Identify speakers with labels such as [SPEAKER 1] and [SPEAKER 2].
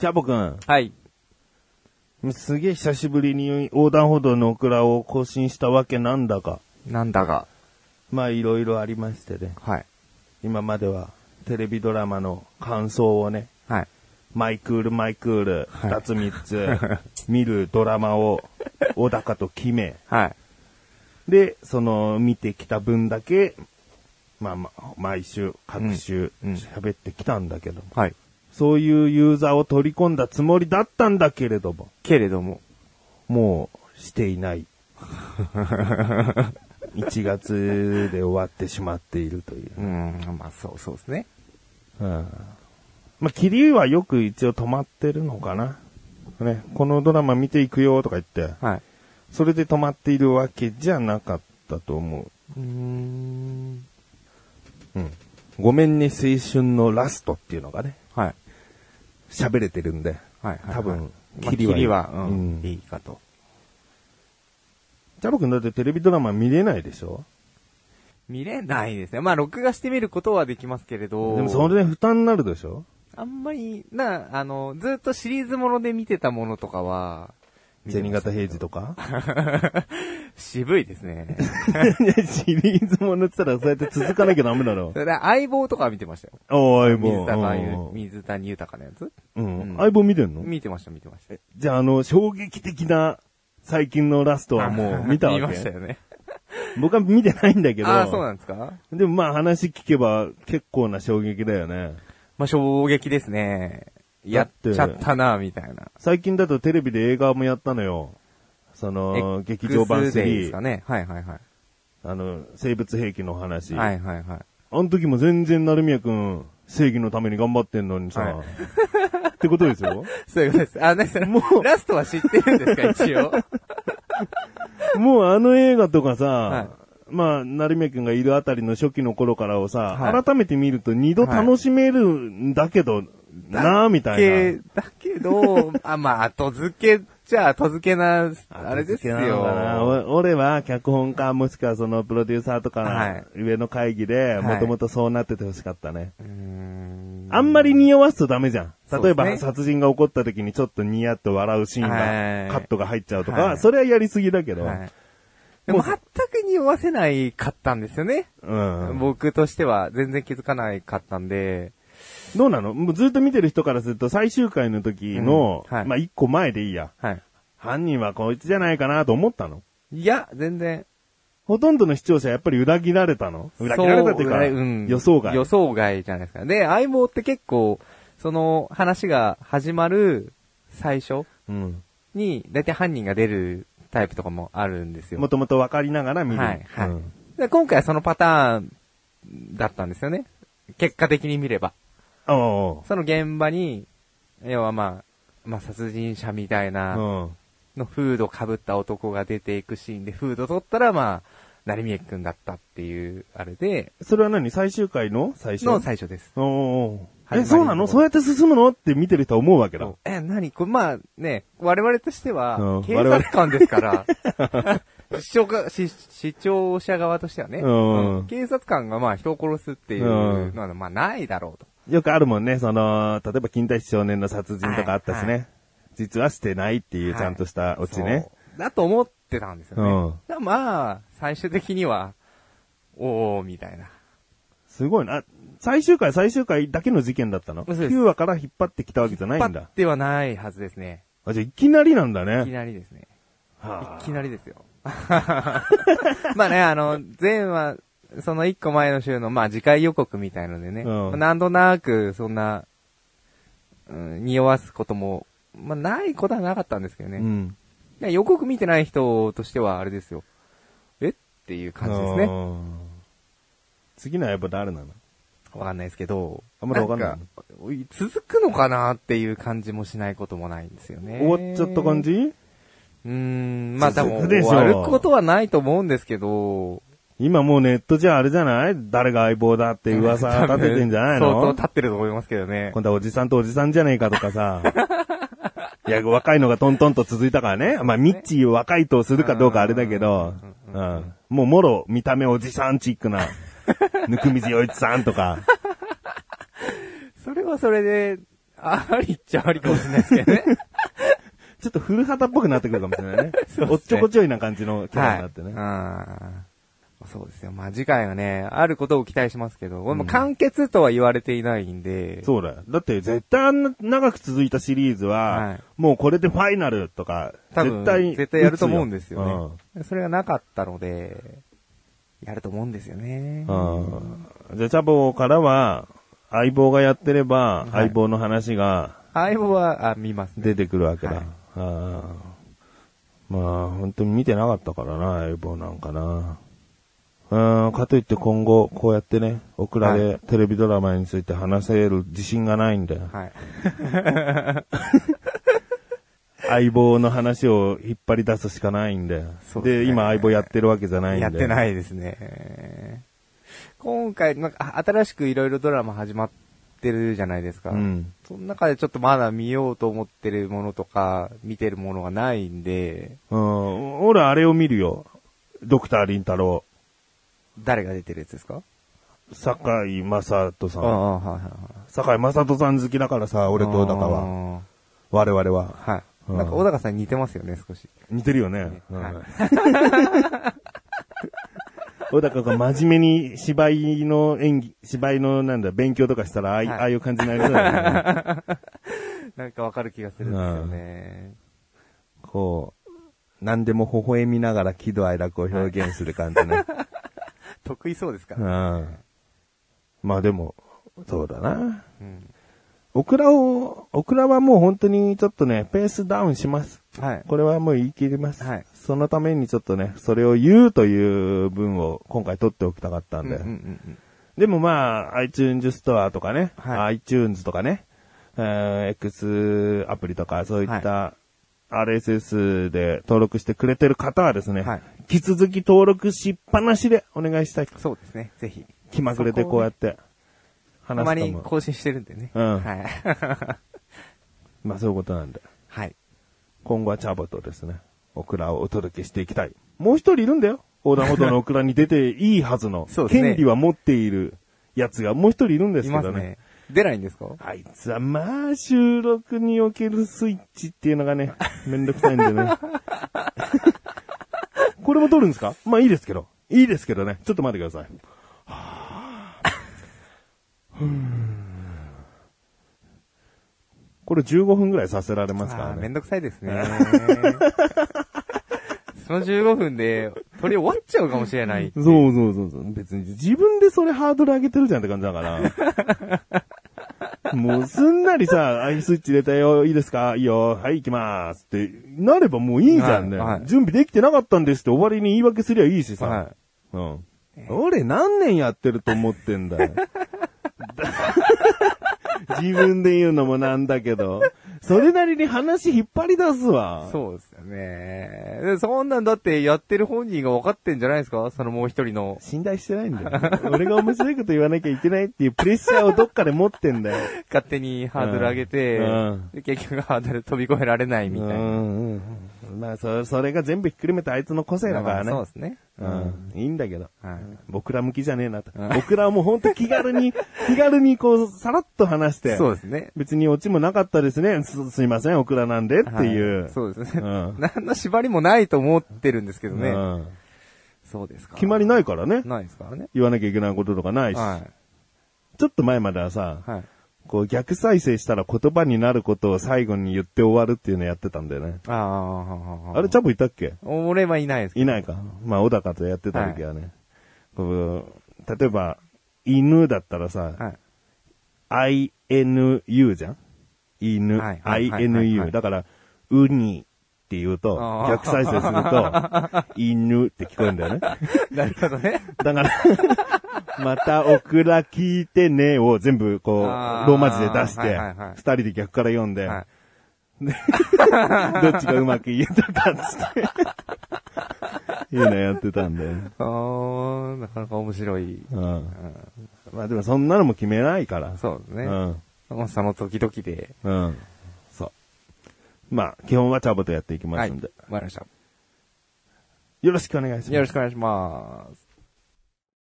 [SPEAKER 1] チャボくん、
[SPEAKER 2] はい。
[SPEAKER 1] すげえ久しぶりに横断歩道のオクラを更新したわけなんだが、
[SPEAKER 2] なんだが、
[SPEAKER 1] まあいろいろありましてね、
[SPEAKER 2] はい。
[SPEAKER 1] 今まではテレビドラマの感想をね、
[SPEAKER 2] はい。
[SPEAKER 1] マイクールマイクール、
[SPEAKER 2] はい
[SPEAKER 1] 二つ三つ、 見るドラマを小高と決め、
[SPEAKER 2] はい。
[SPEAKER 1] で、その見てきた分だけ、まあまあ、毎週、各週、
[SPEAKER 2] うんうん
[SPEAKER 1] 喋ってきたんだけども、
[SPEAKER 2] はい。
[SPEAKER 1] そういうユーザーを取り込んだつもりだったんだけれども、
[SPEAKER 2] けれども、
[SPEAKER 1] もうしていない。1月で終わってしまっているという。
[SPEAKER 2] うん、まあそう、そうですね。
[SPEAKER 1] うん、まあ、キリはよく一応止まってるのかな。ね、このドラマ見ていくよとか言って、
[SPEAKER 2] はい。
[SPEAKER 1] それで止まっているわけじゃなかったと思
[SPEAKER 2] うーん。
[SPEAKER 1] う。うん。ごめんね青春のラストっていうのがね、
[SPEAKER 2] はい。
[SPEAKER 1] 喋れてるんで。
[SPEAKER 2] はい。
[SPEAKER 1] 多分
[SPEAKER 2] まあ
[SPEAKER 1] キ
[SPEAKER 2] キ
[SPEAKER 1] リは
[SPEAKER 2] リは、う
[SPEAKER 1] うんん、
[SPEAKER 2] いいかと。
[SPEAKER 1] ジャボ君だってテレビドラマ見れないでしょ
[SPEAKER 2] 見れないですね。まあ、録画してみることはできますけれど。
[SPEAKER 1] でもそれで負担になるでしょ
[SPEAKER 2] あんまり、な、あの、ずっとシリーズもので見てたものとかは、
[SPEAKER 1] 銭形平次とか
[SPEAKER 2] 渋いで すね。
[SPEAKER 1] いやシリーズものって言ったらそうやって続かなきゃダメだろ
[SPEAKER 2] そ。れで相棒とかは見てましたよ。
[SPEAKER 1] おー、相棒。
[SPEAKER 2] 水谷ゆ
[SPEAKER 1] うん
[SPEAKER 2] 水谷豊のやつ
[SPEAKER 1] うん。
[SPEAKER 2] うん
[SPEAKER 1] 相棒見てんの
[SPEAKER 2] 見てました、見てました。
[SPEAKER 1] じゃあ、あの、衝撃的な最近のラストは もう見たわけ
[SPEAKER 2] 見ましたよね。
[SPEAKER 1] 僕は見てないんだけど。
[SPEAKER 2] ああ、そうなんですか
[SPEAKER 1] でもまあ話聞けば結構な衝撃だよね。
[SPEAKER 2] まあ、衝撃ですね。やっちゃったな、みたいな。
[SPEAKER 1] 最近だとテレビで映画もやったのよ。その、劇場版
[SPEAKER 2] X デイですか
[SPEAKER 1] 3。
[SPEAKER 2] ね。はいはいは
[SPEAKER 1] あの、生物兵器の話。
[SPEAKER 2] い。はいはいはい。
[SPEAKER 1] あの時も全然成宮くん、正義のために頑張ってんのにさ。
[SPEAKER 2] はい
[SPEAKER 1] ってことですよ。
[SPEAKER 2] そういうことです。あ、ね、それもう、ラストは知ってるんですか、一 応。
[SPEAKER 1] もうあの映画とかさ、
[SPEAKER 2] はい
[SPEAKER 1] まあ、成宮くんがいるあたりの初期の頃からをさ、
[SPEAKER 2] はい
[SPEAKER 1] 改めて見ると二度楽しめるんだけど、なあみたい
[SPEAKER 2] け
[SPEAKER 1] な。、
[SPEAKER 2] だけど、あ、まあ、後付け、じゃあ後付けな、あれです
[SPEAKER 1] なのかな
[SPEAKER 2] よ。
[SPEAKER 1] お俺は脚本家もしくはそのプロデューサーと
[SPEAKER 2] は
[SPEAKER 1] か
[SPEAKER 2] い
[SPEAKER 1] 上の会議で
[SPEAKER 2] はい
[SPEAKER 1] もともとそうなっててほしかったね。
[SPEAKER 2] うーん
[SPEAKER 1] あんまり匂わすとダメじゃん。
[SPEAKER 2] そう
[SPEAKER 1] 例
[SPEAKER 2] で
[SPEAKER 1] え
[SPEAKER 2] すね
[SPEAKER 1] ば殺人が起こった時にちょっとニヤッと笑うシーン
[SPEAKER 2] はい
[SPEAKER 1] が、カットが入っちゃうとか、
[SPEAKER 2] はい
[SPEAKER 1] それはやりすぎだけど。
[SPEAKER 2] はい。でも全く匂わせないかったんですよね。
[SPEAKER 1] うん。
[SPEAKER 2] 僕としては全然気づかないかったんで、
[SPEAKER 1] どうなのもうずっと見てる人からすると最終回の時の、
[SPEAKER 2] うんはい
[SPEAKER 1] まあ一個前でいいや。
[SPEAKER 2] はい。
[SPEAKER 1] 犯人はこいつじゃないかなと思ったの
[SPEAKER 2] いや、全然。
[SPEAKER 1] ほとんどの視聴者やっぱり裏切られたの裏切られたっていうか、
[SPEAKER 2] そううん
[SPEAKER 1] 予想外。
[SPEAKER 2] 予想外じゃないですか。で、相棒って結構、その話が始まる最初
[SPEAKER 1] うん。
[SPEAKER 2] に、だいたい犯人が出るタイプとかもあるんですよ。
[SPEAKER 1] もともと分かりながら見る。
[SPEAKER 2] はい、はい、
[SPEAKER 1] うん
[SPEAKER 2] で。今回はそのパターンだったんですよね。結果的に見れば。
[SPEAKER 1] ああ
[SPEAKER 2] その現場に、要はまあ、まあ殺人者みたい
[SPEAKER 1] ああ、
[SPEAKER 2] な、
[SPEAKER 1] うん。
[SPEAKER 2] のフード被った男が出ていくシーンで、フード取ったらまあ、成宮くんだったっていう、あれで、
[SPEAKER 1] それは何最終回の最初
[SPEAKER 2] の最初です。
[SPEAKER 1] おお
[SPEAKER 2] 始まり
[SPEAKER 1] え、
[SPEAKER 2] の
[SPEAKER 1] そうなのそうやって進むのって見てる人は思うわけだ。
[SPEAKER 2] え、何これ、まあね、我々として
[SPEAKER 1] う
[SPEAKER 2] は
[SPEAKER 1] ん、
[SPEAKER 2] 警察官ですから、 視聴かし視聴者側としてはね、
[SPEAKER 1] うん
[SPEAKER 2] 警察官がまあ人を殺すっていうのはまあないだろうと。
[SPEAKER 1] よくあるもんね、その、例えば近代少年の殺人とかあったしね。
[SPEAKER 2] はい
[SPEAKER 1] 実はしてないっていうちゃんとしたオチね。
[SPEAKER 2] そう。だと思ってたんですよね。
[SPEAKER 1] うん
[SPEAKER 2] だからまあ、最終的には、おー、みたいな。
[SPEAKER 1] すごいな。あ最終回、最終回だけの事件だったの
[SPEAKER 2] そうです
[SPEAKER 1] ?9 話から引っ張ってきたわけじゃないん
[SPEAKER 2] パ
[SPEAKER 1] だ
[SPEAKER 2] ッ。てはないはずですね。
[SPEAKER 1] あ、じゃあいきなりなんだ
[SPEAKER 2] いき
[SPEAKER 1] ね。
[SPEAKER 2] なりですね。
[SPEAKER 1] はい
[SPEAKER 2] きなりですよ。 まあね、あの、前は、その一個前の週の、まあ次回予告みたいのでね、
[SPEAKER 1] うん
[SPEAKER 2] なんとなく、そんな、うん、匂わすことも、まあないことはなかったんですけどね。
[SPEAKER 1] う
[SPEAKER 2] い
[SPEAKER 1] ん。
[SPEAKER 2] や予告見てない人としてはあれですよ。えっていう感じですね。
[SPEAKER 1] ね。次のはやっぱ誰なの
[SPEAKER 2] わかんないですけど。
[SPEAKER 1] あんまりわかんない
[SPEAKER 2] んかおい続くのかなっていう感じもしないこともないんですよね。
[SPEAKER 1] 終わっちゃった感じ
[SPEAKER 2] うーん、まあ多
[SPEAKER 1] 続
[SPEAKER 2] 分
[SPEAKER 1] くで
[SPEAKER 2] 終
[SPEAKER 1] しょ
[SPEAKER 2] わることはないと思うんですけど、
[SPEAKER 1] 今もうネットじゃあれじゃない誰が相棒だって噂立ててんじゃない
[SPEAKER 2] 相当
[SPEAKER 1] の
[SPEAKER 2] 立ってると思いますけどね。
[SPEAKER 1] 今度はおじさんとおじさんじゃねえかとかさ。いや、若いのがトントンと続いたからね。まあ、ミッチーを若いとするかどうかあれだけど、うん。もうもろ、見た目おじさんチックな、ぬくみずよいちさんとか。
[SPEAKER 2] それはそれで、ありっちゃありかもしれないですけ どね。
[SPEAKER 1] ちょっと古畑っぽくなってくるかもしれないね。
[SPEAKER 2] そうですね
[SPEAKER 1] おっちょこちょいな感じのキャラ
[SPEAKER 2] は
[SPEAKER 1] に
[SPEAKER 2] い。
[SPEAKER 1] なってね。
[SPEAKER 2] うん。そうですよ。まあ次回はね、あることを期待しますけど、俺も完結とは言われていないんで、
[SPEAKER 1] そうだよ。だって絶対あんな長く続いたシリーズは、
[SPEAKER 2] はい
[SPEAKER 1] もうこれでファイナルとか、
[SPEAKER 2] 多
[SPEAKER 1] 絶
[SPEAKER 2] 分
[SPEAKER 1] 対。
[SPEAKER 2] 絶対やると思うんです
[SPEAKER 1] ね
[SPEAKER 2] よ。ね。それがなかったので、やると思うんですよね。
[SPEAKER 1] うんジャチャボからは、相棒がやってれば、相棒の話が
[SPEAKER 2] 相棒は、あ、見ますね。
[SPEAKER 1] 出てくるわけだ。
[SPEAKER 2] はい
[SPEAKER 1] あーまあ、本当に見てなかったからな、相棒なんかな。うん、かといって今後、こうやってね、オクラでテレビドラマについて話せる自信がないんだよ。
[SPEAKER 2] はい。
[SPEAKER 1] 相棒の話を引っ張り出すしかないんだよ。
[SPEAKER 2] そうです
[SPEAKER 1] で、
[SPEAKER 2] ね
[SPEAKER 1] 今相棒やってるわけじゃないんだ
[SPEAKER 2] や
[SPEAKER 1] よ。
[SPEAKER 2] って
[SPEAKER 1] い。
[SPEAKER 2] ないですね。今回、なんか、あ新しくいろいろドラマ始まってるじゃないですか。
[SPEAKER 1] うん。
[SPEAKER 2] その中でちょっとまだ見ようと思ってるものとか、見てるものがないんで、
[SPEAKER 1] うん、俺あれを見るよ。ドクター林太郎、
[SPEAKER 2] 誰が出てるやつですか
[SPEAKER 1] 坂井正人さ
[SPEAKER 2] あ
[SPEAKER 1] ん。
[SPEAKER 2] あ、はいはいはい。
[SPEAKER 1] 坂井正人さん好きだからさ、俺と小高は。
[SPEAKER 2] は。
[SPEAKER 1] 我々は。
[SPEAKER 2] はい。
[SPEAKER 1] うん
[SPEAKER 2] なんか小高さんに似てますよね、少し。
[SPEAKER 1] 似てるよね。うん
[SPEAKER 2] はい
[SPEAKER 1] 小高が真面目に芝居の演技、芝居のなんだ、勉強とかしたら、ああい
[SPEAKER 2] はい
[SPEAKER 1] ああいう感じになりそうだよね。
[SPEAKER 2] なんかわかる気がするんですよね。
[SPEAKER 1] こう、何でも微笑みながら喜怒哀楽を表現する感じね。
[SPEAKER 2] 得意そうですか
[SPEAKER 1] う
[SPEAKER 2] ら。
[SPEAKER 1] ん。まあでも、そうだな。
[SPEAKER 2] うん。
[SPEAKER 1] オクラを、オクラはもう本当にちょっとね、ペースダウンします。
[SPEAKER 2] はい。
[SPEAKER 1] これはもう言い切ります。
[SPEAKER 2] はい
[SPEAKER 1] そのためにちょっとね、それを言うという文を今回取っておきたかったんで。
[SPEAKER 2] うんうんうん
[SPEAKER 1] でもまあ、iTunes ストアとかね、
[SPEAKER 2] は
[SPEAKER 1] iTunes とかね、えー X アプリとかそういった、RSS で登録してくれてる方はですね、
[SPEAKER 2] はい
[SPEAKER 1] 引き続き登録しっぱなしでお願いしたい。
[SPEAKER 2] うんそうですね、ぜひ。
[SPEAKER 1] 気まぐれでこうやって
[SPEAKER 2] た
[SPEAKER 1] 話
[SPEAKER 2] ます
[SPEAKER 1] と
[SPEAKER 2] に
[SPEAKER 1] も。
[SPEAKER 2] 更新してるんでね。
[SPEAKER 1] うん
[SPEAKER 2] はい。
[SPEAKER 1] まあそういうことなんで。
[SPEAKER 2] はい。、
[SPEAKER 1] 今後はチャボとですね、オクラをお届けしていきたい。もう一人いるんだよ。横断歩道のオクラに出ていいはずの
[SPEAKER 2] そうですね
[SPEAKER 1] 権利は持っているやつがもう一人いるんです
[SPEAKER 2] い
[SPEAKER 1] け
[SPEAKER 2] ま
[SPEAKER 1] ど
[SPEAKER 2] す
[SPEAKER 1] ね。
[SPEAKER 2] ね。出ないんですか
[SPEAKER 1] あいつはまあ収録におけるスイッチっていうのがね、 めんどくさいんでね。 これも撮るんですかまあいいですけど。いいですけどね。ちょっと待ってください。これ15分ぐらいさせられますか
[SPEAKER 2] あ
[SPEAKER 1] ら
[SPEAKER 2] ーめ
[SPEAKER 1] ね
[SPEAKER 2] ん。どくさいですね。 その15分で、撮り終わっちゃうかもしれない。
[SPEAKER 1] そうそうそうそう。別に自分でそれハードル上げてるじゃんって感じだ から。もうすんなりさ、アイスイッチ入れたよ、いいですかいいよ、はい、行きますって、なればもういいじゃんね。
[SPEAKER 2] はいはい
[SPEAKER 1] 準備できてなかったんですって終わりに言い訳すりゃいいしさ。
[SPEAKER 2] は
[SPEAKER 1] うん。俺何年やってると思ってんだ よ。自分で言うのもなんだけど、それなりに話引っ張り出すわ。
[SPEAKER 2] そうですよね。でそんなんだってやってる本人が分かってんじゃないですかそのもう一人の。
[SPEAKER 1] 信頼してないんだよ。 俺が面白いこと言わなきゃいけないっていうプレッシャーをどっかで持ってんだよ。
[SPEAKER 2] 勝手にハードル上げて、
[SPEAKER 1] うん
[SPEAKER 2] で結局ハードル飛び越えられないみたいな。
[SPEAKER 1] うんうん。まあ、そ、それが全部ひっくるめてあいつの個性だからね。
[SPEAKER 2] まあそうですね。
[SPEAKER 1] うん。いいんだけど。
[SPEAKER 2] はい
[SPEAKER 1] 僕ら向きじゃねえなと。僕らはもうほんと気軽 に、気軽にこう、さらっと話して。
[SPEAKER 2] そうですね。
[SPEAKER 1] 別にオチもなかったですね。す、すいません、オクラなんでっていう。
[SPEAKER 2] はいそうですね。
[SPEAKER 1] うん
[SPEAKER 2] 何の縛りもないと思ってるんですけど
[SPEAKER 1] う
[SPEAKER 2] ね。
[SPEAKER 1] ん
[SPEAKER 2] そうですか。
[SPEAKER 1] 決まりないからね。
[SPEAKER 2] ないですからね。
[SPEAKER 1] 言わなきゃいけないこととかないし。
[SPEAKER 2] は
[SPEAKER 1] ちょっと前まではさ、
[SPEAKER 2] い。はい。
[SPEAKER 1] こう逆再生したら言葉になることを最後に言って終わるっていうのやってたんだよね。
[SPEAKER 2] ああ、
[SPEAKER 1] あれ、チャボいたっけ
[SPEAKER 2] 俺はいないですけ
[SPEAKER 1] いないか。まあ、小高とやってた時はね。こう、例えば、犬だったら
[SPEAKER 2] ど。は
[SPEAKER 1] さ、
[SPEAKER 2] い。
[SPEAKER 1] INU じゃん犬、
[SPEAKER 2] はいはいはいはいはい
[SPEAKER 1] INU。だから、ウニって言うと
[SPEAKER 2] あ、ー
[SPEAKER 1] 逆再生すると、犬って聞こえるんだよね。
[SPEAKER 2] なるほどね。
[SPEAKER 1] だから、 またオクラ聞いてねを全部こう、ロ
[SPEAKER 2] あー
[SPEAKER 1] ーマ字で出し
[SPEAKER 2] はい
[SPEAKER 1] て
[SPEAKER 2] はいはい、
[SPEAKER 1] 二人で逆から読んで、
[SPEAKER 2] はい。
[SPEAKER 1] どっちがうまく言えたかっつって。いうのやってたんだよね。
[SPEAKER 2] あー、なかなか面白い。
[SPEAKER 1] うんまあでもそんなのも決めないから。
[SPEAKER 2] そうです
[SPEAKER 1] う
[SPEAKER 2] ね。
[SPEAKER 1] ん。
[SPEAKER 2] まあその時々で。
[SPEAKER 1] うん。そう。まあ、基本はチャボとやっていきま
[SPEAKER 2] は
[SPEAKER 1] す
[SPEAKER 2] い。わ
[SPEAKER 1] んで。
[SPEAKER 2] かりました。
[SPEAKER 1] よろしくお願いします
[SPEAKER 2] よ。ろしくお願いします。